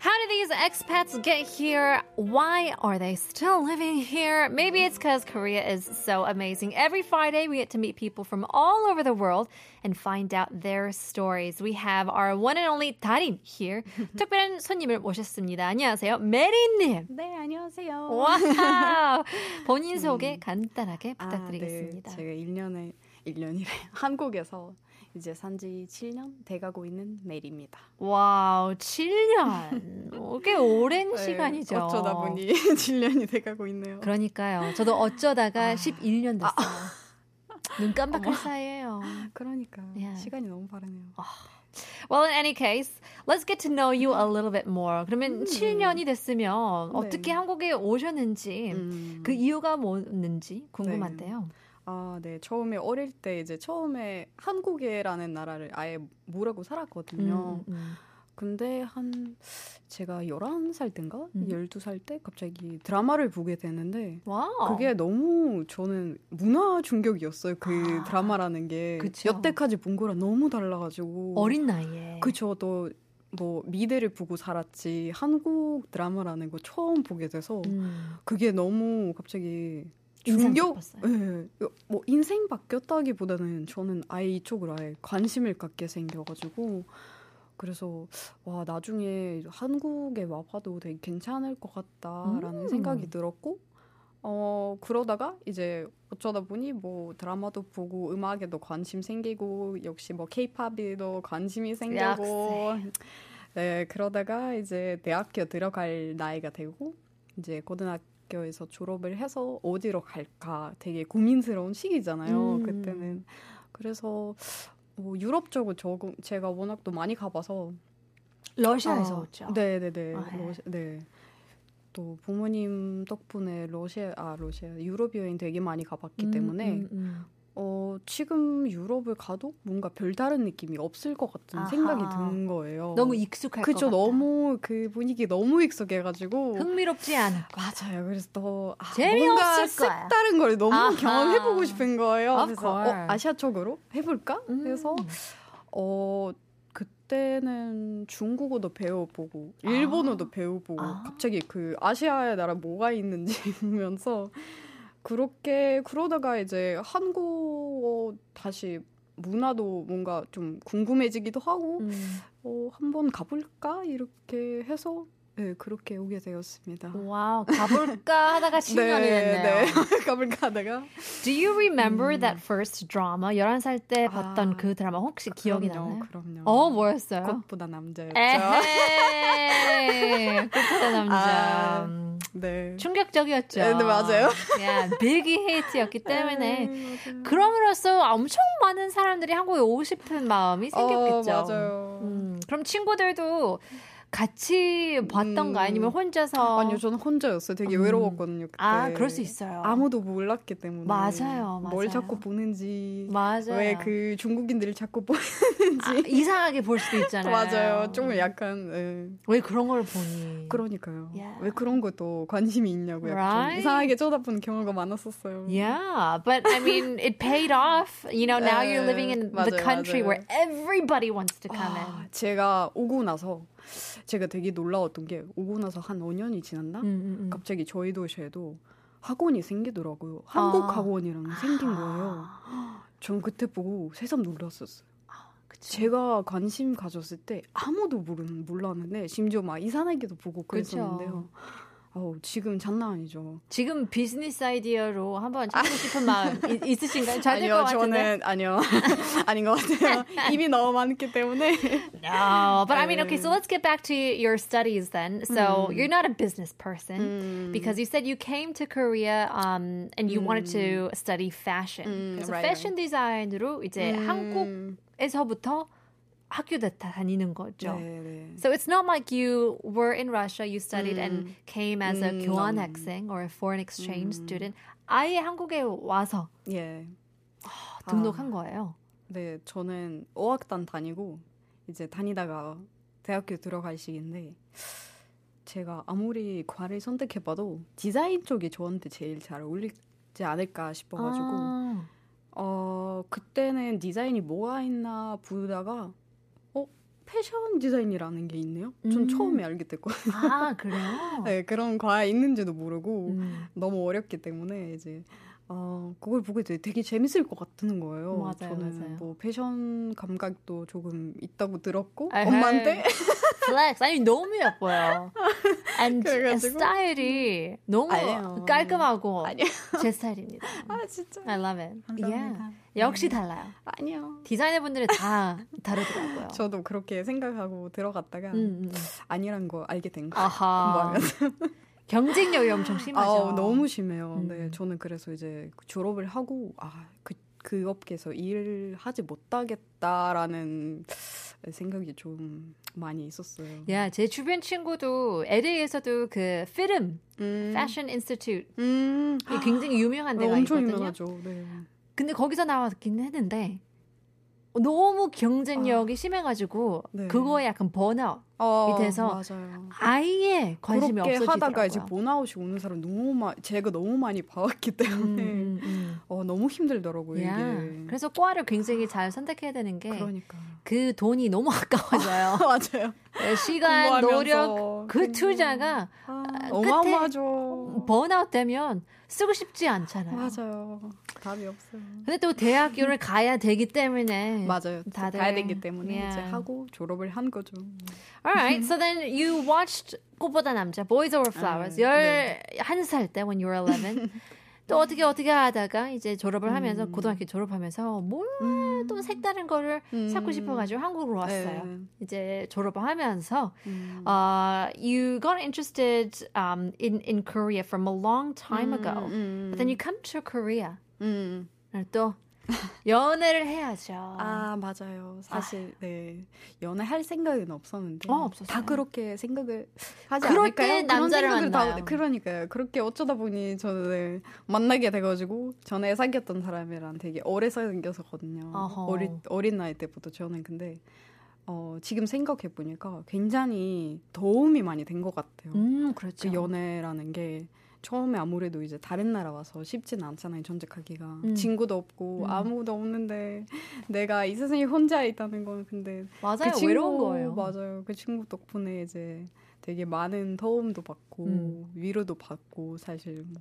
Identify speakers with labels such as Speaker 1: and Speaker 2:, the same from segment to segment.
Speaker 1: How do these expats get here? Why are they still living here? Maybe it's because Korea is so amazing. Every Friday, we get to meet people from all over the world and find out their stories. We have our one and only 다림 here. 특별한 손님을 모셨습니다. 안녕하세요, 메리님.
Speaker 2: 네, 안녕하세요.
Speaker 1: 와우. 본인 소개 간단하게
Speaker 2: 아,
Speaker 1: 부탁드리겠습니다.
Speaker 2: 네, 제가 1년에 1년이래. 한국에서 이제 산지 7년 돼 가고 있는 메리입니다.
Speaker 1: 와우, 7년. 어, 꽤 오랜 시간이죠.
Speaker 2: 네, 어쩌다 보니 7년이 돼 가고 있네요.
Speaker 1: 그러니까요. 저도 어쩌다가 11년 됐어요. 눈 깜빡할 사이에요.
Speaker 2: 그러니까
Speaker 1: 예.
Speaker 2: 시간이 너무 빠르네요.
Speaker 1: Well, in any case, let's get to know you a little bit more. 그러면 7년이 됐으면 어떻게 한국에 오셨는지
Speaker 2: 음.
Speaker 1: 그 이유가 뭐였는지 궁금한데요.
Speaker 2: 아, 네. 처음에 어릴 때 이제 처음에 한국에라는 나라를 아예 모르고 살았거든요.
Speaker 1: 음, 음.
Speaker 2: 근데 한 제가 11살 땐가?
Speaker 1: 음.
Speaker 2: 12살 때 갑자기 드라마를 보게 되는데
Speaker 1: 와우.
Speaker 2: 그게 너무 저는 문화 충격이었어요. 그
Speaker 1: 아,
Speaker 2: 드라마라는 게
Speaker 1: 그쵸.
Speaker 2: 여태까지 본 거랑 너무 달라가지고
Speaker 1: 어린 나이에.
Speaker 2: 그쵸. 또뭐 미대를 보고 살았지 한국 드라마라는 거 처음 보게 돼서
Speaker 1: 음.
Speaker 2: 그게 너무 갑자기
Speaker 1: 인상
Speaker 2: 충격.
Speaker 1: 깊었어요.
Speaker 2: 예, 뭐 인생 바뀌었다기보다는 저는 아예 이쪽으로 아예 관심을 갖게 생겨가지고 그래서 와 나중에 한국에 와봐도 되게 괜찮을 것 같다라는
Speaker 1: 음.
Speaker 2: 생각이 들었고 어 그러다가 이제 어쩌다 보니 뭐 드라마도 보고 음악에도 관심 생기고 역시 뭐 케이팝에도 관심이 생기고 네 그러다가 이제 대학교 들어갈 나이가 되고 이제 고등학교에서 졸업을 해서 어디로 갈까 되게 고민스러운 시기잖아요
Speaker 1: 음.
Speaker 2: 그때는 그래서 뭐 유럽 쪽은 저 제가 워낙 또 많이 가봐서
Speaker 1: 러시아에서
Speaker 2: 아,
Speaker 1: 오죠.
Speaker 2: 네네네.
Speaker 1: 아, 네.
Speaker 2: 러시- 네. 또 부모님 덕분에 러시아 아 러시아 유럽 여행 되게 많이 가봤기
Speaker 1: 음,
Speaker 2: 때문에
Speaker 1: 음, 음.
Speaker 2: 어 지금 유럽을 가도 뭔가 별다른 느낌이 없을 것 같은
Speaker 1: 아하.
Speaker 2: 생각이 든 거예요.
Speaker 1: 너무 익숙할 것
Speaker 2: 그죠
Speaker 1: 같다.
Speaker 2: 너무 그 분위기 너무 익숙해가지고
Speaker 1: 흥미롭지 않아.
Speaker 2: 맞아요. 그래서 더 아, 뭔가
Speaker 1: 재미없을 거야.
Speaker 2: 색다른 걸 너무
Speaker 1: 아하.
Speaker 2: 경험해보고 싶은 거예요.
Speaker 1: Of
Speaker 2: 그래서 어,
Speaker 1: course.
Speaker 2: 아시아 쪽으로 해볼까?
Speaker 1: 음.
Speaker 2: 그래서 어 그때는 중국어도 배워보고 일본어도 배워보고
Speaker 1: 아.
Speaker 2: 갑자기 그 아시아의 나라 뭐가 있는지 보면서 그렇게 그러다가 이제 한국어 다시 문화도 뭔가 좀 궁금해지기도 하고
Speaker 1: 음.
Speaker 2: 어 한번 가볼까 이렇게 해서 네 그렇게 오게 되었습니다.
Speaker 1: 와우, 가볼까 하다가 10년이 됐네요.
Speaker 2: 네. 가볼까 하다가
Speaker 1: Do you remember
Speaker 2: 음.
Speaker 1: that first drama? 11살 때 봤던
Speaker 2: 아,
Speaker 1: 그 드라마 혹시 기억이
Speaker 2: 그럼요,
Speaker 1: 나나요?
Speaker 2: 그럼요.
Speaker 1: 어, 뭐였어요?
Speaker 2: 꽃보다 남자였죠.
Speaker 1: 에헤이, 꽃보다 남자.
Speaker 2: 아,
Speaker 1: 음,
Speaker 2: 네.
Speaker 1: 충격적이었죠.
Speaker 2: 네, 네, 맞아요. 음.
Speaker 1: 야, 빌기 헤이트였기 때문에.
Speaker 2: 에이, 맞아요.
Speaker 1: 그럼으로써 엄청 많은 사람들이 한국에 오고 싶은 마음이 생겼겠죠.
Speaker 2: 어, 맞아요.
Speaker 1: 음, 그럼 친구들도 같이 봤던가
Speaker 2: 음.
Speaker 1: 아니면 혼자서?
Speaker 2: 아니요, 저는 혼자였어요. 되게
Speaker 1: 음.
Speaker 2: 외로웠거든요. 그때.
Speaker 1: 아, 그럴 수 있어요.
Speaker 2: 아무도 몰랐기 때문에.
Speaker 1: 맞아요, 맞아요.
Speaker 2: 뭘 자꾸 보는지,
Speaker 1: 맞아요.
Speaker 2: 왜 그 중국인들을 자꾸 보는지.
Speaker 1: 아, 이상하게 볼 수도 있잖아요.
Speaker 2: 맞아요. 좀 약간, 예.
Speaker 1: 왜 그런 걸 보니?
Speaker 2: 그러니까요.
Speaker 1: Yeah.
Speaker 2: 왜 그런 것도 관심이 있냐고 약간
Speaker 1: Right?
Speaker 2: 좀 이상하게 쳐다보는 경우가 많았었어요.
Speaker 1: Yeah, but I mean, it paid off. You know, now you're
Speaker 2: 에,
Speaker 1: living in the
Speaker 2: 맞아요,
Speaker 1: country
Speaker 2: 맞아요.
Speaker 1: where everybody wants to come
Speaker 2: 아,
Speaker 1: in.
Speaker 2: 제가 오고 나서 제가 되게 놀라웠던 게 오고 나서 한 5년이 지났나?
Speaker 1: 음, 음, 음.
Speaker 2: 갑자기 저희 도시에도 학원이 생기더라고요. 한국
Speaker 1: 아.
Speaker 2: 학원이랑 생긴 거예요.
Speaker 1: 아,
Speaker 2: 전 그때 보고 새삼 놀랐었어요.
Speaker 1: 그쵸.
Speaker 2: 제가 관심 가졌을 때 아무도 모르는 몰랐는데 심지어 막 이산에게도 보고
Speaker 1: 그쵸.
Speaker 2: 그랬었는데요. 어우, 지금 장난 아니죠.
Speaker 1: 지금 비즈니스 아이디어로 한번 찾고 싶은 마음 이- 있으신가요? 잘 될
Speaker 2: 아니요,
Speaker 1: 것 같은데.
Speaker 2: 저는 아니요, 아닌 것 같아요. 이미 너무 많기 때문에.
Speaker 1: No, but I mean, okay.
Speaker 2: 에.
Speaker 1: So let's get back to your studies then. So
Speaker 2: 음.
Speaker 1: you're not a business person. Because you said you came to Korea um, and you wanted to study fashion.
Speaker 2: 음,
Speaker 1: 그래서
Speaker 2: right,
Speaker 1: 패션 디자인으로 이제
Speaker 2: 음,
Speaker 1: 한국에서부터 학교 다 다니는 거죠.
Speaker 2: 네, 네.
Speaker 1: So it's not like you were in Russia, you studied and came as a
Speaker 2: 음,
Speaker 1: 교환
Speaker 2: 음.
Speaker 1: 학생 or a foreign exchange student. 아예 한국에 와서
Speaker 2: 예.
Speaker 1: 등록한 거예요.
Speaker 2: 네, 저는 어학단 다니고 이제 다니다가 대학교 들어갈 시기인데 제가 아무리 과를 선택해봐도 디자인 쪽이 저한테 제일 잘 어울리지 않을까 싶어가지고
Speaker 1: 아,
Speaker 2: 어 그때는 디자인이 뭐가 있나 보다가 어 패션 디자인이라는 게 있네요. 전
Speaker 1: 음.
Speaker 2: 처음에 알게 됐거든요.
Speaker 1: 아, 그래요?
Speaker 2: 네, 그런 과에 있는지도 모르고
Speaker 1: 음,
Speaker 2: 너무 어렵기 때문에 이제 어, 그걸 보게 되게, 되게 재밌을 것 같은 거예요.
Speaker 1: 맞아요,
Speaker 2: 저는
Speaker 1: 맞아요.
Speaker 2: 뭐 패션 감각도 조금 있다고 들었고
Speaker 1: 에헤이.
Speaker 2: 엄마한테
Speaker 1: 플렉스 아니 너무 예뻐요. 아니,
Speaker 2: 그래가지고.
Speaker 1: 스타일이 너무
Speaker 2: 아니에요.
Speaker 1: 깔끔하고
Speaker 2: 아니요.
Speaker 1: 제 스타일입니다.
Speaker 2: 아 진짜
Speaker 1: I love it.
Speaker 2: 감사합니다.
Speaker 1: Yeah. 역시 달라요.
Speaker 2: 아니요.
Speaker 1: 디자이너 분들은 다 다르더라고요.
Speaker 2: 저도 그렇게 생각하고 들어갔다가
Speaker 1: 음, 음.
Speaker 2: 아니란 거 알게 된 거.
Speaker 1: 아하.
Speaker 2: 공부하면서.
Speaker 1: 경쟁력이 엄청 심하죠.
Speaker 2: 아우, 너무 심해요.
Speaker 1: 음.
Speaker 2: 네, 저는 그래서 이제 졸업을 하고 아 그 그 업계에서 일을 하지 못하겠다라는 생각이 좀 많이 있었어요.
Speaker 1: 야, 제 주변 친구도 LA에서도 그 피름
Speaker 2: 음.
Speaker 1: 패션 인스튜트
Speaker 2: 음.
Speaker 1: 굉장히 어, 유명한 데가
Speaker 2: 엄청
Speaker 1: 있거든요.
Speaker 2: 유명하죠. 네.
Speaker 1: 근데 거기서 나왔긴 했는데 너무 경쟁력이 심해가지고
Speaker 2: 아. 네.
Speaker 1: 그거에 약간 번아웃
Speaker 2: 어,
Speaker 1: 돼서
Speaker 2: 맞아요.
Speaker 1: 아예 관심이
Speaker 2: 그렇게
Speaker 1: 없어지더라고요.
Speaker 2: 하다가 이제 뭐 보나웃이 오는 사람 너무 많이 제가 너무 많이 봐왔기
Speaker 1: 음,
Speaker 2: 때문에
Speaker 1: 음, 음.
Speaker 2: 어 너무 힘들더라고요
Speaker 1: 야,
Speaker 2: 네. 이게.
Speaker 1: 그래서 과를 굉장히 잘 선택해야 되는 게 그
Speaker 2: 그러니까.
Speaker 1: 돈이 너무 아까워져요.
Speaker 2: 맞아요.
Speaker 1: 네, 시간, 노력,
Speaker 2: 공부하면서 음.
Speaker 1: 그
Speaker 2: 굉장히-
Speaker 1: 투자가
Speaker 2: 아,
Speaker 1: 끝에 뭐.
Speaker 2: 어마어마하죠.
Speaker 1: 번아웃 되면 쓰고 싶지 않잖아요.
Speaker 2: 맞아요. 답이 없어요.
Speaker 1: 근데 또 대학교를 가야 되기 때문에
Speaker 2: 맞아요.
Speaker 1: 네. 다들-
Speaker 2: 가야 되기 때문에
Speaker 1: 예.
Speaker 2: 이제 하고 졸업을 한 거죠.
Speaker 1: Alright, so then you watched 꽃보다 남자, Boys Over Flowers.
Speaker 2: 아,
Speaker 1: 열 한 살 때 when you were 11. 또 어떻게 어떻게 하다가 이제 졸업을 하면서
Speaker 2: 음.
Speaker 1: 고등학교 졸업하면서 뭘 또 색다른 거를
Speaker 2: 음.
Speaker 1: 찾고 싶어가지고 한국으로 왔어요.
Speaker 2: 네.
Speaker 1: 이제 졸업을 하면서
Speaker 2: 음.
Speaker 1: uh, you got interested um, in in Korea from a long time ago,
Speaker 2: 음,
Speaker 1: but then you come to Korea.
Speaker 2: 음.
Speaker 1: 또 연애를 해야죠.
Speaker 2: 아 맞아요. 사실 네 연애할 생각은 없었는데
Speaker 1: 어, 없었어요.
Speaker 2: 다 그렇게 생각을 하지
Speaker 1: 그럴
Speaker 2: 않을까요?
Speaker 1: 때
Speaker 2: 그런
Speaker 1: 남자를
Speaker 2: 생각을
Speaker 1: 만나요.
Speaker 2: 그러니까요. 그렇게 어쩌다 보니 저는 만나게 돼가지고 전에 사귀었던 사람이랑 되게 오래 사귀었었거든요.
Speaker 1: 어허.
Speaker 2: 어리, 어린 나이 때부터 저는 근데 어, 지금 생각해 보니까 굉장히 도움이 많이 된 것 같아요.
Speaker 1: 음 그렇죠.
Speaker 2: 그 연애라는 게 처음에 아무래도 이제 다른 나라 와서 쉽진 않잖아요 전직하기가
Speaker 1: 음.
Speaker 2: 친구도 없고
Speaker 1: 음.
Speaker 2: 아무도 없는데 내가 이 세상에 혼자 있다는 건 근데
Speaker 1: 맞아요.
Speaker 2: 그 친구
Speaker 1: 외로운 거예요.
Speaker 2: 맞아요 그 친구 덕분에 이제 되게 많은 도움도 받고
Speaker 1: 음.
Speaker 2: 위로도 받고 사실 뭐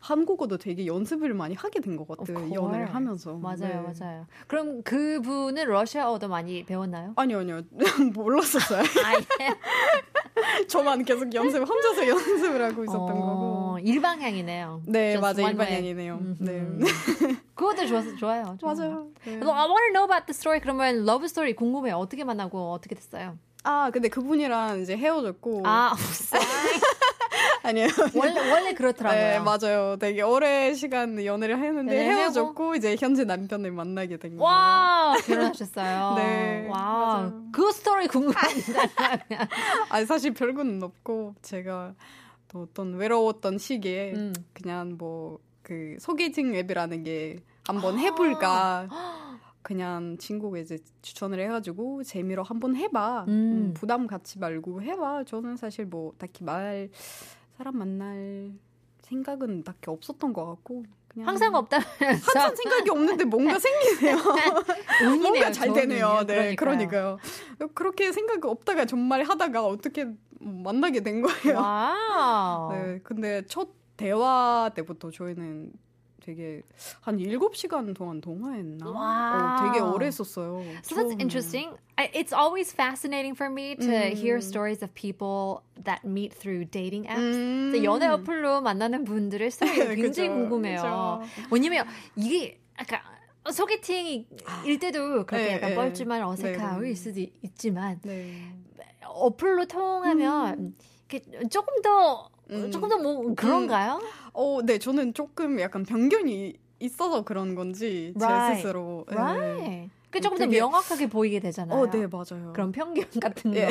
Speaker 2: 한국어도 되게 연습을 많이 하게 된 것
Speaker 1: Of
Speaker 2: 같아요
Speaker 1: course.
Speaker 2: 연애를 하면서
Speaker 1: 맞아요,
Speaker 2: 네.
Speaker 1: 맞아요. 그럼 그분은 러시아어도 많이 배웠나요?
Speaker 2: 아니요 아니요 몰랐었어요
Speaker 1: 아예.
Speaker 2: 저만 계속 연습 혼자서 연습을 하고 있었던 거고
Speaker 1: 어, 일방향이네요.
Speaker 2: 네
Speaker 1: Just
Speaker 2: 맞아요
Speaker 1: one way.
Speaker 2: 일반인이네요
Speaker 1: 음흠.
Speaker 2: 네
Speaker 1: 그것도 좋아서 좋아요. 좋아요.
Speaker 2: 맞아요. 네.
Speaker 1: 그래서 I want to know about the story. 그러면 러브 스토리 궁금해요. 어떻게 만나고 어떻게 됐어요?
Speaker 2: 아 근데 그분이랑 이제 헤어졌고 아.
Speaker 1: 아, 뭐 sorry.
Speaker 2: 니에요
Speaker 1: 원래 원래 그렇더라고요.
Speaker 2: 네 맞아요. 되게 오래 시간 연애를 했는데
Speaker 1: 연애를
Speaker 2: 헤어졌고 이제 현재 남편을 만나게 된 거예요.
Speaker 1: 와 결혼하셨어요.
Speaker 2: 네,
Speaker 1: 와,
Speaker 2: 맞아요. 아,
Speaker 1: 그 스토리 궁금합니다.
Speaker 2: 아니 사실 별거는 없고 제가 또 어떤 외로웠던 시기에
Speaker 1: 음.
Speaker 2: 그냥 뭐 그 소개팅 앱이라는 게 한번 해볼까. 그냥 친구가 이제 추천을 해가지고 재미로 한번 해봐.
Speaker 1: 음.
Speaker 2: 음, 부담 갖지 말고 해봐. 저는 사실 뭐 딱히 말 사람 만날 생각은 딱히 없었던 것 같고 그냥
Speaker 1: 항상
Speaker 2: 항상
Speaker 1: 없다면서
Speaker 2: 생각이 없는데 뭔가 생기네요.
Speaker 1: 운이네요.
Speaker 2: 뭔가 잘
Speaker 1: 좋은
Speaker 2: 되네요.
Speaker 1: 운이에요.
Speaker 2: 네, 그러니까요. 그렇게 생각 없다가 정말 하다가 어떻게 만나게 된 거예요.
Speaker 1: 와우.
Speaker 2: 네, 근데 첫 대화 때부터 저희는 되게 한 7시간 동안 통화했나?
Speaker 1: 와우.
Speaker 2: 어, 되게 오래 했었어요.
Speaker 1: So that's
Speaker 2: 처음에.
Speaker 1: interesting. I, it's always fascinating for me to hear
Speaker 2: 음.
Speaker 1: stories of people that meet through dating apps.
Speaker 2: 음.
Speaker 1: 근데 네, 연애 어플로 만나는 분들의 스토리가 굉장히
Speaker 2: 그죠,
Speaker 1: 궁금해요.
Speaker 2: 그죠.
Speaker 1: 왜냐면 이게 아까 소개팅일 때도 그렇게
Speaker 2: 아. 네,
Speaker 1: 약간
Speaker 2: 네.
Speaker 1: 뻘쭘한 어색함일
Speaker 2: 네.
Speaker 1: 수도 있지만
Speaker 2: 네.
Speaker 1: 어플로 통하면 이렇게 조금 더
Speaker 2: 음.
Speaker 1: 조금 더 뭐 그런가요?
Speaker 2: 어, 네, 저는 조금 약간 변경이 있어서 그런 건지 제
Speaker 1: Right.
Speaker 2: 스스로 네.
Speaker 1: Right. 그 조금 더
Speaker 2: 되게-
Speaker 1: 명확하게 보이게 되잖아요.
Speaker 2: 어, 네, 맞아요.
Speaker 1: 그런 편견 같은 거.
Speaker 2: 예.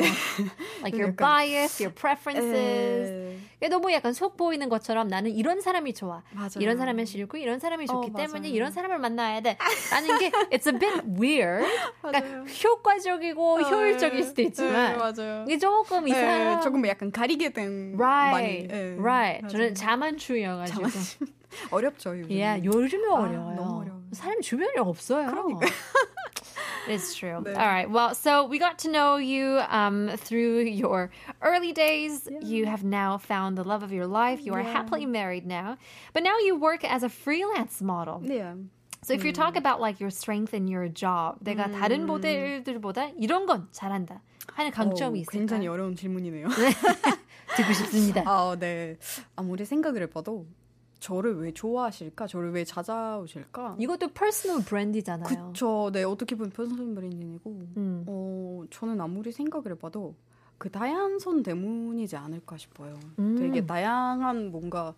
Speaker 1: like your
Speaker 2: 약간-
Speaker 1: bias, your
Speaker 2: 네.
Speaker 1: preferences.
Speaker 2: 예,
Speaker 1: 이게 너무 약간 속 보이는 것처럼 나는 이런 사람이 좋아.
Speaker 2: 맞아요.
Speaker 1: 이런 사람이 싫고 이런 사람이 좋기
Speaker 2: 어,
Speaker 1: 때문에
Speaker 2: 맞아요.
Speaker 1: 이런 사람을 만나야 돼. 라는 게 it's a bit weird. 그러니까
Speaker 2: 맞아요. 어,
Speaker 1: 효과적이고 효율적일 수도
Speaker 2: 예,
Speaker 1: 있지만
Speaker 2: 맞아요.
Speaker 1: 이게 조금
Speaker 2: 예,
Speaker 1: 이상.
Speaker 2: 조금 약간 가리게 된
Speaker 1: right,
Speaker 2: 많이 예,
Speaker 1: right.
Speaker 2: 맞아요.
Speaker 1: 저는 자만추여가지고.
Speaker 2: 어렵죠 요즘.
Speaker 1: 예, 요즘에
Speaker 2: 아,
Speaker 1: 어려워요.
Speaker 2: 너무 어려워요.
Speaker 1: 사람 주변이 없어요.
Speaker 2: 그러니까.
Speaker 1: It's true.
Speaker 2: 네.
Speaker 1: All right. Well, so we got to know you um, through your early days. You have now found the love of your life. You are happily married now. But now you work as a freelance model.
Speaker 2: 네.
Speaker 1: So if you talk
Speaker 2: Mm.
Speaker 1: about like your strength in your job, 내가 다른 모델들보다 이런 건 잘한다 하는 강점이
Speaker 2: 어,
Speaker 1: 있을까요?
Speaker 2: 굉장히 어려운 질문이네요.
Speaker 1: 듣고 싶습니다.
Speaker 2: 아, 네. 아무리 생각을 해봐도 저를 왜 좋아하실까? 저를 왜 찾아오실까?
Speaker 1: 이것도 personal brand이잖아요.
Speaker 2: 그쵸. 네, 어떻게 보면 편선 브랜딩이고.
Speaker 1: 음.
Speaker 2: 어, 저는 아무리 생각을 해봐도 그 다양성 때문이지 않을까 싶어요.
Speaker 1: 음.
Speaker 2: 되게 다양한 뭔가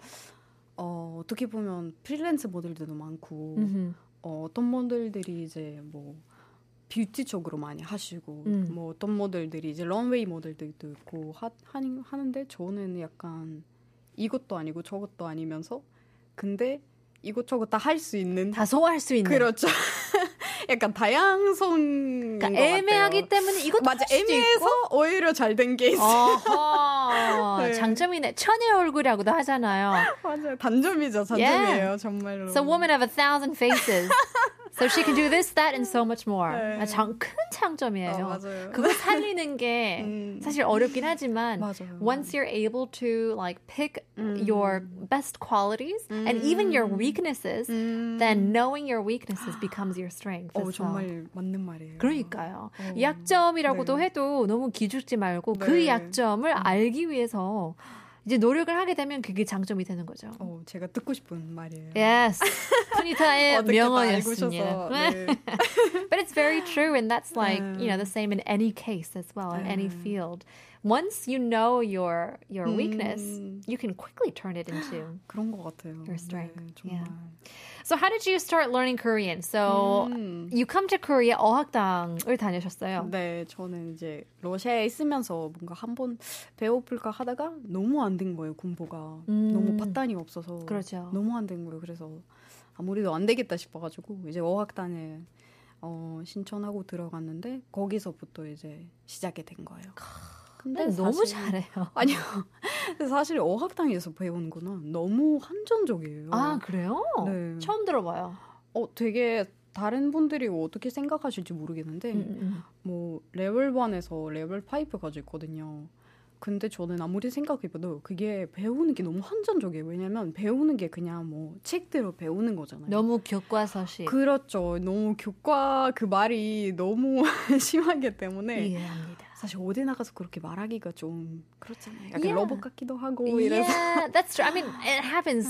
Speaker 2: 어, 어떻게 보면 프리랜서 모델들도 많고
Speaker 1: 음흠.
Speaker 2: 어, 어떤 모델들이 이제 뭐 뷰티 쪽으로 많이 하시고
Speaker 1: 음.
Speaker 2: 뭐 어떤 모델들이 이제 런웨이 모델들도 있고 하, 하니, 하는데 저는 약간 이것도 아니고 저것도 아니면서 근데 이것저것 다 할 수 있는
Speaker 1: 다 소화할 수 있는.
Speaker 2: 그렇죠. 약간 다양성
Speaker 1: 그러니까 애매하기 때문에 이것도
Speaker 2: 맞아
Speaker 1: 할 수도
Speaker 2: 애매해서 오히려 잘 된 게 있어.
Speaker 1: 어허,
Speaker 2: 네.
Speaker 1: 장점이네. 천의 얼굴이라고도 하잖아요.
Speaker 2: 맞아요. 단점이죠. 단점이에요. 정말로.
Speaker 1: It's a woman of a thousand faces. So she can do this, that, and so much more.
Speaker 2: 네.
Speaker 1: 아, 장, 큰 장점이에요.
Speaker 2: 어, 맞아요.
Speaker 1: 그거 살리는 게
Speaker 2: 음.
Speaker 1: 사실 어렵긴 하지만
Speaker 2: 맞아요.
Speaker 1: once you're able to like pick your best qualities and even your weaknesses,
Speaker 2: 음.
Speaker 1: then knowing your weaknesses becomes your strength.
Speaker 2: 어
Speaker 1: as well.
Speaker 2: 정말 맞는 말이에요.
Speaker 1: 그러니까요.
Speaker 2: 어.
Speaker 1: 약점이라고도
Speaker 2: 음. 네.
Speaker 1: 해도 너무 기죽지 말고 그
Speaker 2: 네.
Speaker 1: 약점을 알기 위해서 이제 노력을 하게 되면 그게 장점이 되는 거죠.
Speaker 2: 어 제가 듣고 싶은 말이에요.
Speaker 1: Yes. 푸니타의
Speaker 2: 어떻게 다 알고
Speaker 1: 네, 명언이었습니다.
Speaker 2: 있어서. 네.
Speaker 1: But it's very true, and that's like you know
Speaker 2: 네.
Speaker 1: the same in any case as well in any
Speaker 2: 네.
Speaker 1: field. Once you know your your weakness,
Speaker 2: 음.
Speaker 1: you can quickly turn it into.
Speaker 2: 그런 것 같아요.
Speaker 1: Your strength.
Speaker 2: 네, 정말.
Speaker 1: So how did you start learning Korean? So
Speaker 2: 음.
Speaker 1: you come to Korea 어학당을 다녀셨어요.
Speaker 2: 네, 저는 이제 러시아에 있으면서 뭔가 한번 배워볼까 하다가 너무 안 된 거예요, 공부가.
Speaker 1: 음.
Speaker 2: 너무 바탕이 없어서.
Speaker 1: 그렇죠.
Speaker 2: 너무 안 된 거예요. 그래서 아무래도 안 되겠다 싶어가지고 이제 어학단에 어, 신청하고 들어갔는데 거기서부터 이제 시작이 된 거예요. 근데
Speaker 1: 너무
Speaker 2: 사실-
Speaker 1: 잘해요.
Speaker 2: 아니요. 근데 사실 어학당에서 배우는 거는 너무 한정적이에요.
Speaker 1: 아 그래요?
Speaker 2: 네.
Speaker 1: 처음 들어봐요.
Speaker 2: 어, 되게 다른 분들이 뭐 어떻게 생각하실지 모르겠는데 뭐 레벨 1에서 레벨 5까지 있거든요. 근데 저는 아무리 생각해봐도 그게 배우는 게 너무 한정적이에요. 왜냐면 배우는 게 그냥 뭐 책대로 배우는 거잖아요.
Speaker 1: 너무 교과서식
Speaker 2: 그렇죠. 너무 교과 그 말이 너무 심하기 때문에
Speaker 1: 이해합니다.
Speaker 2: 사실 어디 나가서 그렇게 말하기가 좀 예. 그렇잖아요. 약간
Speaker 1: Yeah.
Speaker 2: 러브 같기도 하고 이래서
Speaker 1: 네.
Speaker 2: 아.
Speaker 1: Yeah, that's true. I mean, it happens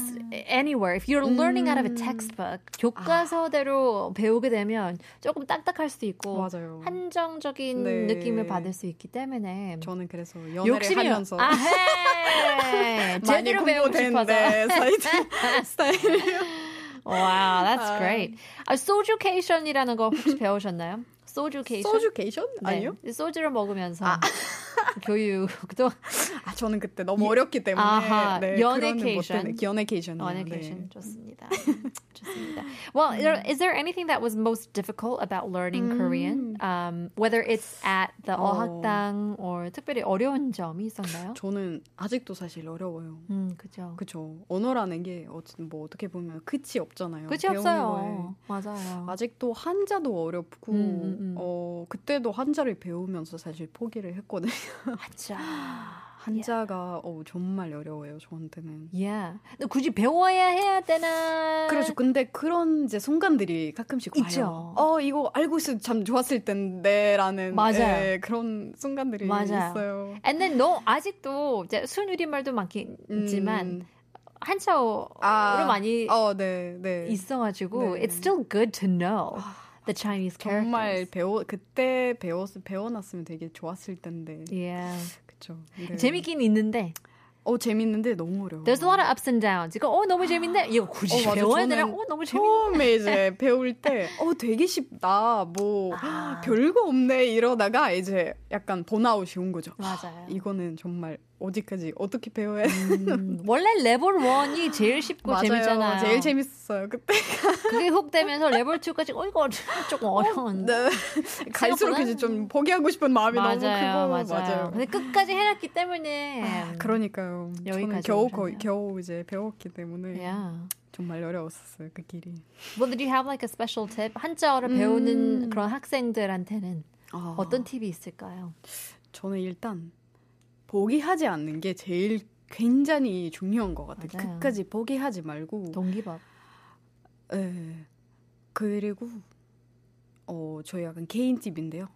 Speaker 1: anywhere. If you're learning out of a
Speaker 2: 음.
Speaker 1: textbook, 교과서대로 배우게 되면 조금 딱딱할 수도 있고
Speaker 2: 맞아요.
Speaker 1: 한정적인
Speaker 2: 네.
Speaker 1: 느낌을 받을 수 있기 때문에
Speaker 2: 저는 그래서 연애를
Speaker 1: 욕심이
Speaker 2: 하면서
Speaker 1: 아헤
Speaker 2: 많이
Speaker 1: 아,
Speaker 2: 네.
Speaker 1: 제대로 배우고 싶어서.
Speaker 2: 공부되는데 사이트 스타일
Speaker 1: Wow, that's
Speaker 2: 아.
Speaker 1: great. 아, 소주케이션이라는 거 혹시 배우셨나요? 소주케이션.
Speaker 2: 소주케이션 아니요?
Speaker 1: 네, 소주를 먹으면서 교육도
Speaker 2: 아 저는 그때 너무 어렵기 때문에
Speaker 1: 예.
Speaker 2: 네,
Speaker 1: 아하,
Speaker 2: 그런 데
Speaker 1: 연애케이션.
Speaker 2: 아, 못했네. 연애케이션
Speaker 1: on occasion. 좋습니다. 좋습니다. Well, there- is there anything that was most difficult about learning Korean? Um, whether it's at the
Speaker 2: 음. 어.
Speaker 1: 어학당 or 특별히 어려운 점이 있었나요?
Speaker 2: 저는 아직도 사실 어려워요.
Speaker 1: 음, 그죠.
Speaker 2: 그쵸 언어라는 게 어쨌든 뭐 어떻게 보면 끝이 없잖아요.
Speaker 1: 그치
Speaker 2: 배우는
Speaker 1: 없어요. 맞아요.
Speaker 2: 거에. 아직도 한자도 어렵고
Speaker 1: 음, 음, 음.
Speaker 2: 어 그때도 한자를 배우면서 사실 포기를 했거든요.
Speaker 1: 맞아.
Speaker 2: 한자가 어 정말 어려워요 저한테는.
Speaker 1: Yeah. 근데 굳이 배워야 해야 되나?
Speaker 2: 그렇죠. 근데 그런 이제 순간들이 가끔씩 와요.
Speaker 1: 있죠.
Speaker 2: 어 이거 알고 있으면 참 좋았을 텐데라는
Speaker 1: 맞아요.
Speaker 2: 예, 그런 순간들이
Speaker 1: 맞아요.
Speaker 2: 있어요.
Speaker 1: And then 너 아직도 이제 순우리말도 많긴 있지만
Speaker 2: 음,
Speaker 1: 한자어로
Speaker 2: 아,
Speaker 1: 많이
Speaker 2: 어, 네, 네.
Speaker 1: 있어가지고
Speaker 2: 네. 아,
Speaker 1: it's still good to know the Chinese characters.
Speaker 2: 정말 배워 그때 배웠 배워놨으면 되게 좋았을 텐데.
Speaker 1: Yeah.
Speaker 2: 그쵸. 네.
Speaker 1: 재밌긴 있는데
Speaker 2: 어 재밌는데 너무 어려워.
Speaker 1: There's a lot of ups and downs. 이거 어 너무 재밌네. 이거
Speaker 2: 어,
Speaker 1: 굳이
Speaker 2: 맞아.
Speaker 1: 배워야 되나?
Speaker 2: 저는
Speaker 1: 어 너무 재밌네.
Speaker 2: 처음에 이제 배울 때, 어, 되게 쉽다. 뭐,
Speaker 1: 아.
Speaker 2: 별거 없네. 이러다가 이제 약간 번아웃이 온 거죠.
Speaker 1: 맞아요.
Speaker 2: 이거는 정말 어디까지, 어떻게 배워야 돼?
Speaker 1: 음, 원래 레벨 1이 제일 쉽고 재밌잖아요.
Speaker 2: 제일 재밌었어요, 그때.
Speaker 1: 그게 훅 되면서 레벨 2까지 어 이거 어려- 조금 어려운데.
Speaker 2: 네. 갈수록 이제 좀 포기하고 싶은 마음이
Speaker 1: 맞아요,
Speaker 2: 너무
Speaker 1: 맞아요.
Speaker 2: 크고, 맞아요.
Speaker 1: 근데 끝까지 해놨기 때문에.
Speaker 2: 아, 그러니까요. 저는
Speaker 1: 여기까지
Speaker 2: 겨우,
Speaker 1: 오셨네요. 네.
Speaker 2: 거의, 겨우 이제 배웠기 때문에
Speaker 1: Yeah.
Speaker 2: 정말 어려웠었어요, 그 길이.
Speaker 1: Well, did you have like a special tip? 한자어를
Speaker 2: 음.
Speaker 1: 배우는 그런 학생들한테는 어떤 팁이 있을까요?
Speaker 2: 저는 일단 포기하지 않는 게 제일 굉장히 중요한 것 같아요.
Speaker 1: 맞아요.
Speaker 2: 끝까지 포기하지 말고.
Speaker 1: 동기밥.
Speaker 2: 예. 그리고 어 저희 약간 개인 팁인데요.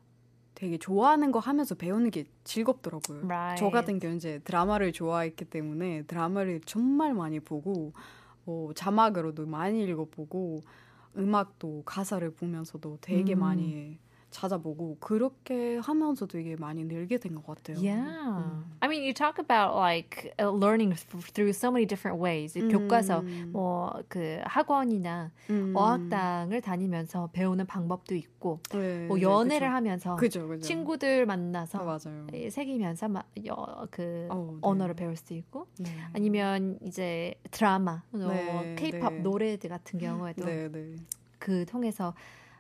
Speaker 2: 되게 좋아하는 거 하면서 배우는 게 즐겁더라고요.
Speaker 1: Right.
Speaker 2: 저 같은 경우 이제 드라마를 좋아했기 때문에 드라마를 정말 많이 보고 어, 자막으로도 많이 읽어보고 음악도 가사를 보면서도 되게
Speaker 1: 음.
Speaker 2: 많이 찾아보고 그렇게 하면서 되게 많이 늘게 된 것 같아요.
Speaker 1: Yeah. I mean, you talk about like uh, learning f- through so many different ways. 교과서, 뭐 그 학원이나 뭐
Speaker 2: 음.
Speaker 1: 어학당을 다니면서 배우는 방법도 있고,
Speaker 2: 네,
Speaker 1: 뭐
Speaker 2: 네,
Speaker 1: 연애를 하면서
Speaker 2: 그죠 그죠
Speaker 1: 친구들
Speaker 2: 아,
Speaker 1: 만나서
Speaker 2: 맞아요.
Speaker 1: 이 새기면서 마, 여, 그
Speaker 2: 어, 네.
Speaker 1: 언어를 배울 수 있고,
Speaker 2: 네.
Speaker 1: 아니면 이제 드라마, 어,
Speaker 2: 네,
Speaker 1: K-pop
Speaker 2: 네.
Speaker 1: 노래들 같은 경우에도
Speaker 2: 네, 네.
Speaker 1: 그 통해서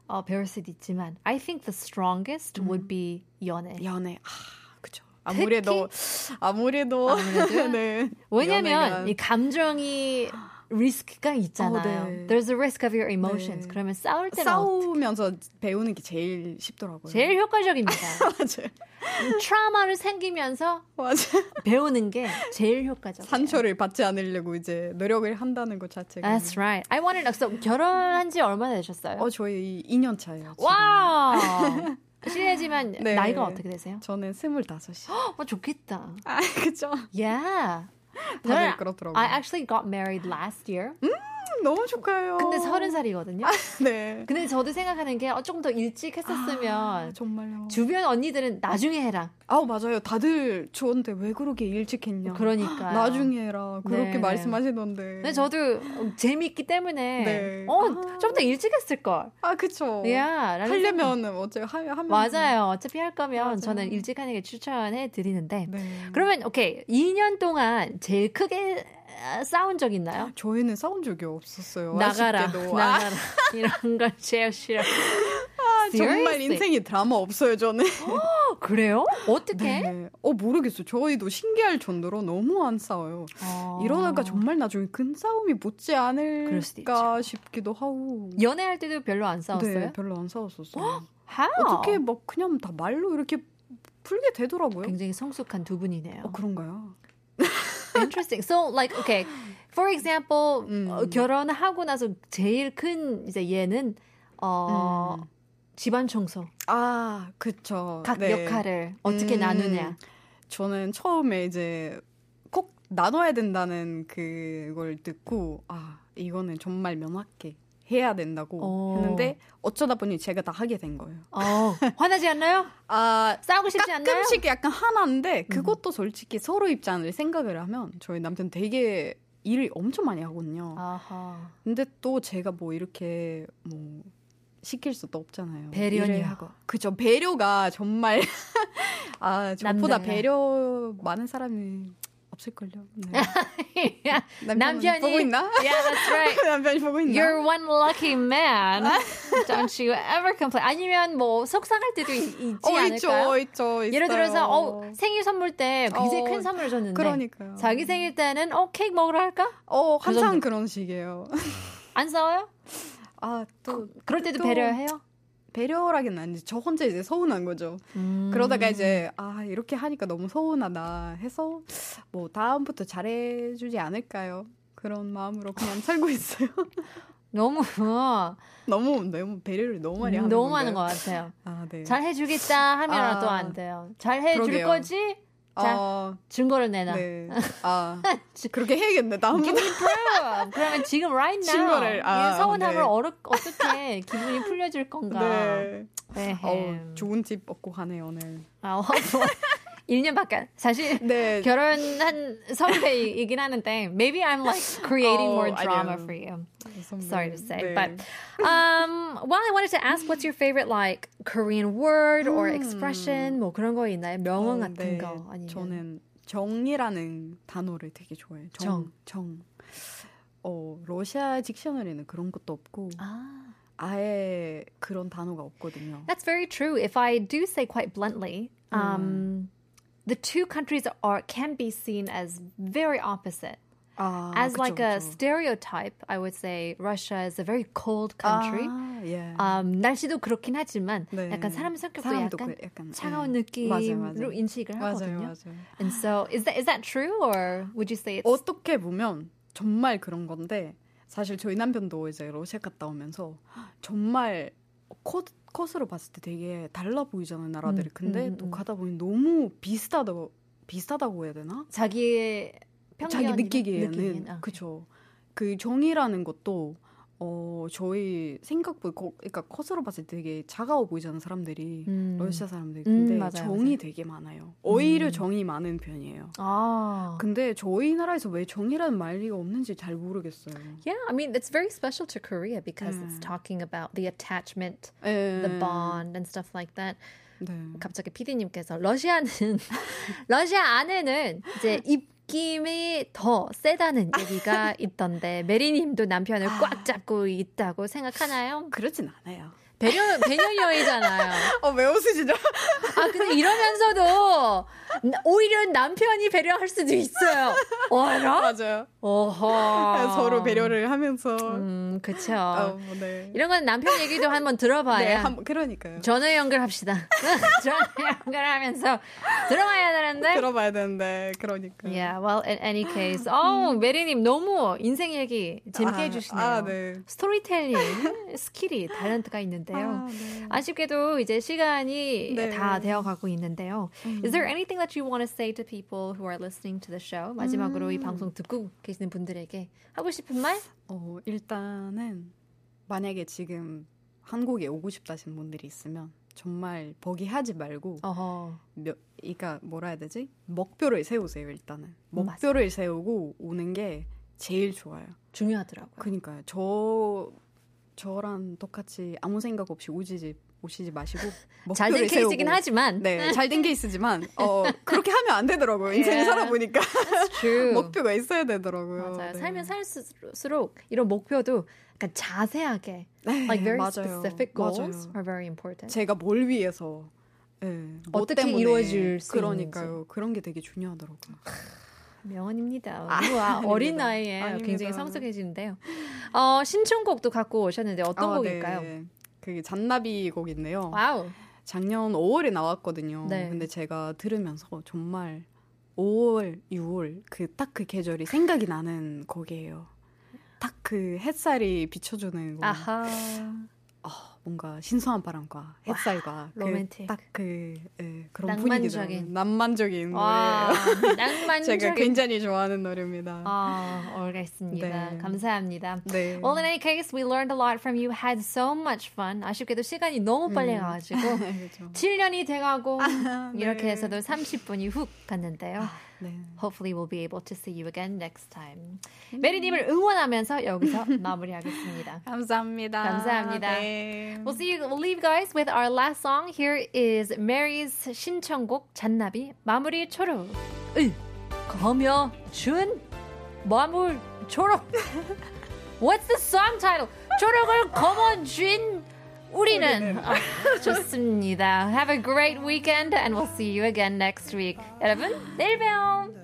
Speaker 1: 어, 배울 수도 있지만, I think the strongest would be 연애.
Speaker 2: 연애. 아, 그죠. 아무래도 아무래도
Speaker 1: 아무래도?
Speaker 2: 네.
Speaker 1: 왜냐면
Speaker 2: 연애가-
Speaker 1: 이 감정이 리스크가 있잖아요.
Speaker 2: 어, 네.
Speaker 1: There's a risk of your emotions.
Speaker 2: 네.
Speaker 1: 그러면 싸울 때는
Speaker 2: 싸우면서 배우는 게 제일 쉽더라고요.
Speaker 1: 제일 효과적입니다.
Speaker 2: 맞아요.
Speaker 1: 트라우마를 생기면서
Speaker 2: 맞아요.
Speaker 1: 배우는 게 제일 효과적.
Speaker 2: 상처를 받지 않으려고 이제 노력을 한다는 것 자체가.
Speaker 1: That's right. I wanted to so 결혼한 지 얼마나 되셨어요?
Speaker 2: 어 저희 2년 차예요. 지금.
Speaker 1: 와우. 실례지만
Speaker 2: 네.
Speaker 1: 나이가 어떻게 되세요?
Speaker 2: 저는 25시.
Speaker 1: 어, 좋겠다.
Speaker 2: 아, 그죠.
Speaker 1: Yeah.
Speaker 2: 다들
Speaker 1: 저는
Speaker 2: 그렇더라고요. 음.
Speaker 1: I actually got married last year.
Speaker 2: 너무 축하해요.
Speaker 1: 근데 서른 살이거든요.
Speaker 2: 네.
Speaker 1: 근데 저도 생각하는 게 어, 조금 더 일찍 했었으면
Speaker 2: 아, 정말요.
Speaker 1: 주변 언니들은 나중에 해라.
Speaker 2: 아, 맞아요. 다들 저한테 왜 그렇게 일찍 했냐.
Speaker 1: 그러니까
Speaker 2: 나중에 해라. 그렇게
Speaker 1: 네.
Speaker 2: 말씀하시던데.
Speaker 1: 근데 저도 재미있기 때문에
Speaker 2: 네.
Speaker 1: 어, 좀 더 일찍 했을 걸.
Speaker 2: 아, 그쵸.
Speaker 1: 야, 라는
Speaker 2: 하려면 어째 하- 하면
Speaker 1: 생각. 맞아요. 어차피 할 거면
Speaker 2: 맞아요.
Speaker 1: 저는 일찍 하는 게 추천해 드리는데.
Speaker 2: 네.
Speaker 1: 그러면 오케이. 2년 동안 제일 크게 아, 싸운 적 있나요?
Speaker 2: 저희는 싸운 적이 없었어요.
Speaker 1: 나가라.
Speaker 2: 뭐 아쉽게도. 아,
Speaker 1: 나가라. 이런 걸 제일 싫어.
Speaker 2: 정말
Speaker 1: Seriously?
Speaker 2: 인생이 드라마 없어요, 저는.
Speaker 1: 어, 그래요? 어떻게?
Speaker 2: 네. 어, 모르겠어요. 저희도 신기할 정도로 너무 안 싸워요. 이러다가 정말 나중에 큰 싸움이 못지
Speaker 1: 아. 그럴 수도
Speaker 2: 않을까
Speaker 1: 있죠.
Speaker 2: 싶기도 하고.
Speaker 1: 연애할 때도 별로 안 싸웠어요?
Speaker 2: 네, 별로 안 싸웠었어요.
Speaker 1: How?
Speaker 2: 어떻게 막 그냥 다 말로 이렇게 풀게 되더라고요.
Speaker 1: 굉장히 성숙한 두 분이네요.
Speaker 2: 어, 그런가요?
Speaker 1: Interesting. So like okay, for example,
Speaker 2: 음.
Speaker 1: 어, 결혼하고 나서 제일 큰 이제 얘는 어
Speaker 2: 음.
Speaker 1: 집안 청소
Speaker 2: 아, 그쵸.
Speaker 1: 각
Speaker 2: 네.
Speaker 1: 역할을 어떻게
Speaker 2: 음.
Speaker 1: 나누냐.
Speaker 2: 저는 처음에 이제 꼭 나눠야 된다는 그걸 듣고 아 이거는 정말 명확히 해야 된다고
Speaker 1: 오.
Speaker 2: 했는데 어쩌다 보니 제가 다 하게 된 거예요.
Speaker 1: 어 화나지 않나요?
Speaker 2: 아
Speaker 1: 싸우고 싶지 않나요? 음.
Speaker 2: 가끔씩 약간 화나는데 그것도 솔직히 서로 입장을 생각을 하면 저희 남편 되게 일을 엄청 많이 하거든요.
Speaker 1: 아하.
Speaker 2: 근데 또 제가 뭐 이렇게 뭐 시킬 수도 없잖아요.
Speaker 1: 배려냐.
Speaker 2: 일을 하고. 그죠. 배려가 정말 아 저보다
Speaker 1: 남달라.
Speaker 2: 배려 많은 사람이 없을걸요. 네. 남편은
Speaker 1: 남편이-
Speaker 2: 보고 있나?
Speaker 1: Yeah, that's right.
Speaker 2: 남편이 보고 있나?
Speaker 1: You're one lucky man. Don't you ever complain. 아니면 뭐 속상할 때도 있, 지
Speaker 2: 어
Speaker 1: 않을까요?
Speaker 2: 있죠, 있죠. 있어요.
Speaker 1: 예를 들어서 어, 생일 선물 때 굉장히
Speaker 2: 어,
Speaker 1: 큰 선물을 줬는데
Speaker 2: 그러니까요.
Speaker 1: 자기 생일 때는 어 케이크 먹으러 할까?
Speaker 2: 어
Speaker 1: 정도.
Speaker 2: 항상 그런 식이에요.
Speaker 1: 안 싸워요?
Speaker 2: 아또
Speaker 1: 그럴 때도
Speaker 2: 또-
Speaker 1: 배려해요?
Speaker 2: 배려라기는 아니지. 저 혼자 이제 서운한 거죠.
Speaker 1: 음.
Speaker 2: 그러다가 이제 아 이렇게 하니까 너무 서운하다 해서 뭐 다음부터 잘해주지 않을까요? 그런 마음으로 그냥 살고 있어요.
Speaker 1: 너무
Speaker 2: 너무 너무 배려를 너무 많이
Speaker 1: 음,
Speaker 2: 하는
Speaker 1: 너무 많은 것
Speaker 2: 건가요?
Speaker 1: 같아요.
Speaker 2: 아 네.
Speaker 1: 잘 해주겠다 하면
Speaker 2: 아,
Speaker 1: 또 안 돼요. 잘 해줄
Speaker 2: 그러게요.
Speaker 1: 거지? 자
Speaker 2: 어,
Speaker 1: 증거를 내놔.
Speaker 2: 네. 아 그렇게 해야겠네.
Speaker 1: Give
Speaker 2: 다음부터
Speaker 1: me proof. 그러면 지금 right now
Speaker 2: 증거를, 아,
Speaker 1: 이 서운함을
Speaker 2: 네.
Speaker 1: 어르, 어떻게 기분이 풀려줄 건가?
Speaker 2: 네.
Speaker 1: 네.
Speaker 2: 어 좋은 팁 얻고 가네요 오늘.
Speaker 1: 아, 어, 뭐, 1년밖에 안- 사실
Speaker 2: 네.
Speaker 1: 결혼한 선배이긴 하는데 maybe I'm like creating more
Speaker 2: 어,
Speaker 1: drama
Speaker 2: 아니에요.
Speaker 1: for you.
Speaker 2: 선배.
Speaker 1: Sorry to say,
Speaker 2: 네.
Speaker 1: but
Speaker 2: Mm-hmm.
Speaker 1: um, well, I wanted to ask, what's your favorite like Korean word or expression? 뭐 그런 거 있나요? 명언
Speaker 2: Mm. 어,
Speaker 1: 같은
Speaker 2: 네.
Speaker 1: 거 아니면
Speaker 2: 저는 정이라는 단어를 되게 좋아해요. 정, 정. 어, 러시아 딕셔너리는 그런 것도 없고
Speaker 1: 아,
Speaker 2: 아예 그런 단어가 없거든요.
Speaker 1: that's very true. If I do say quite bluntly, um, the two countries are can be seen as very opposite.
Speaker 2: 아,
Speaker 1: as
Speaker 2: 그쵸,
Speaker 1: like a
Speaker 2: 그쵸.
Speaker 1: stereotype, I would say Russia is a very cold country.
Speaker 2: 아, 예.
Speaker 1: 음, 날씨도 그렇긴 하지만
Speaker 2: 네.
Speaker 1: 약간 사람 성격도
Speaker 2: 사람도
Speaker 1: 약간
Speaker 2: 그- 약간,
Speaker 1: 차가운
Speaker 2: 예.
Speaker 1: 느낌으로
Speaker 2: 맞아요, 맞아요.
Speaker 1: 인식을
Speaker 2: 맞아요,
Speaker 1: 하거든요.
Speaker 2: 맞아요.
Speaker 1: And so is that is that true or would you say it's
Speaker 2: 어떻게 보면 정말 그런 건데 사실 저희 남편도 이제 러시아 갔다 오면서 정말 컷, 컷으로 봤을 때 되게 달라 보이잖아요 나라들이
Speaker 1: 음,
Speaker 2: 근데
Speaker 1: 음,
Speaker 2: 또
Speaker 1: 음.
Speaker 2: 가다 보니 너무 비슷하다고 비슷하다고 해야 되나
Speaker 1: 자기의
Speaker 2: 자기
Speaker 1: 편견이나
Speaker 2: 느끼기에는
Speaker 1: 느끼기엔, 아,
Speaker 2: 그쵸 그 정이라는 것도 어 저희 생각보다 거, 그러니까 컷으로 봤을 때 되게 차가워 보이잖아요 사람들이
Speaker 1: 음.
Speaker 2: 러시아 사람들이
Speaker 1: 음,
Speaker 2: 근데
Speaker 1: 맞아요,
Speaker 2: 정이
Speaker 1: 맞아요.
Speaker 2: 되게 많아요 오히려
Speaker 1: 음.
Speaker 2: 정이 많은 편이에요
Speaker 1: 아.
Speaker 2: 근데 저희 나라에서 왜 정이라는 말이 없는지 잘 모르겠어요.
Speaker 1: Yeah, I mean it's very special to Korea because it's
Speaker 2: 음.
Speaker 1: talking about the attachment,
Speaker 2: 에,
Speaker 1: the bond and stuff like that.
Speaker 2: 네.
Speaker 1: 갑자기 PD님께서 러시아는 러시아 안에는 이제 입김이 더 세다는 얘기가 있던데 메리님도 남편을 꽉 잡고 있다고 생각하나요?
Speaker 2: 그렇진 않아요.
Speaker 1: 배려 배려녀이잖아요.
Speaker 2: 어, 왜 웃으시죠?
Speaker 1: 아 근데 이러면서도 나- 오히려 남편이 배려할 수도 있어요. 어라?
Speaker 2: 맞아요. 네,
Speaker 1: 어허.
Speaker 2: 서로 배려를 하면서.
Speaker 1: 음 그쵸.
Speaker 2: 어, 네.
Speaker 1: 이런 건 남편 얘기도 한번 들어봐야.
Speaker 2: 네, 한번 그러니까요.
Speaker 1: 전화 연결합시다. 전화 연결하면서 들어봐야 되는데.
Speaker 2: 네? 들어봐야 되는데 그러니까.
Speaker 1: Yeah, well, in any case. 어, 메리님 너무 인생 얘기 재밌게
Speaker 2: 음. 아,
Speaker 1: 해주시네요.
Speaker 2: 아, 네.
Speaker 1: 스토리텔링 스킬이 탤런트가 있는데요.
Speaker 2: 아, 네.
Speaker 1: 아, 쉽게도 이제 시간이
Speaker 2: 네. 음.
Speaker 1: 다 되어가고 있는데요. Is there anything that you want to say to people who are listening to the show? 마지막으로
Speaker 2: 음.
Speaker 1: 이 방송 듣고 계시는 분들에게 하고 싶은 말?
Speaker 2: 어, 일단은 만약에 지금 한국에 오고 싶다신 분들이 있으면 정말 버기하지 말고
Speaker 1: 어허.
Speaker 2: 몇, 그러니까 뭐라 해야 되지? 목표를 세우세요 일단은.
Speaker 1: 맞아요.
Speaker 2: 목표를 세우고 오는 게 제일 좋아요.
Speaker 1: 중요하더라고요.
Speaker 2: 그니까요. 저 저랑 똑같이 아무 생각 없이 오시지 오시지 마시고
Speaker 1: 잘 된
Speaker 2: 목표를
Speaker 1: 케이스긴
Speaker 2: 세우고.
Speaker 1: 하지만.
Speaker 2: 네, 잘 된 케이스지만 어 그렇게 하면 안 되더라고요. 인생을
Speaker 1: 예.
Speaker 2: 살아보니까
Speaker 1: true.
Speaker 2: 목표가 있어야 되더라고요.
Speaker 1: 맞아요.
Speaker 2: 네.
Speaker 1: 살면 살수록 이런 목표도 약간 자세하게
Speaker 2: 네,
Speaker 1: like very
Speaker 2: 맞아요.
Speaker 1: specific goals
Speaker 2: 맞아요.
Speaker 1: are very important.
Speaker 2: 제가 뭘 위해서 예, 뭐
Speaker 1: 어떻게
Speaker 2: 때문에
Speaker 1: 이루어질 수
Speaker 2: 그러니까요. 그런 게 되게 중요하더라고요.
Speaker 1: 명언입니다. 우와, 어린 나이에
Speaker 2: 아, 아닙니다.
Speaker 1: 굉장히 성숙해지는데요. 어, 신청곡도 갖고 오셨는데 어떤
Speaker 2: 아,
Speaker 1: 곡일까요? 아,
Speaker 2: 네. 그게 잔나비 곡인데요.
Speaker 1: 와우.
Speaker 2: 작년 5월에 나왔거든요.
Speaker 1: 네.
Speaker 2: 근데 제가 들으면서 어, 정말 5월, 6월 그 딱 그 계절이 생각이 나는 곡이에요. 딱 그 햇살이 비춰주는 거.
Speaker 1: 아하.
Speaker 2: 어, 뭔가 신선한 바람과 햇살과 그
Speaker 1: 로맨틱.
Speaker 2: 딱그 예, 그런
Speaker 1: 낭만적인.
Speaker 2: 분위기죠. 낭만적인
Speaker 1: 와,
Speaker 2: 노래예요. 음, 네. 제가
Speaker 1: 낭만적인.
Speaker 2: 굉장히 좋아하는 노래입니다.
Speaker 1: 아, 알겠습니다.
Speaker 2: 네.
Speaker 1: 감사합니다.
Speaker 2: 네.
Speaker 1: Well, in any case, we learned a lot from you. Had so much fun. 아쉽게도 시간이
Speaker 2: 음.
Speaker 1: 너무 빨리 가가지고
Speaker 2: 그렇죠.
Speaker 1: 7년이 돼가고
Speaker 2: 네.
Speaker 1: 이렇게 해서도 30분이 훅 갔는데요.
Speaker 2: 네.
Speaker 1: Hopefully we'll be able to see you again next time.
Speaker 2: 음.
Speaker 1: 메리님을 응원하면서 여기서 마무리하겠습니다.
Speaker 2: 감사합니다.
Speaker 1: 감사합니다.
Speaker 2: 네.
Speaker 1: We'll see you. We'll leave you guys with our last song. Here is Mary's 신청곡 잔나비 마무리 초록. 으 거며 준 마물 초록. What's the song title? 초록을 거머 쥔 우리는 아, 좋습니다. Have a great weekend and we'll see you again next week. 여러분 내일 봬요.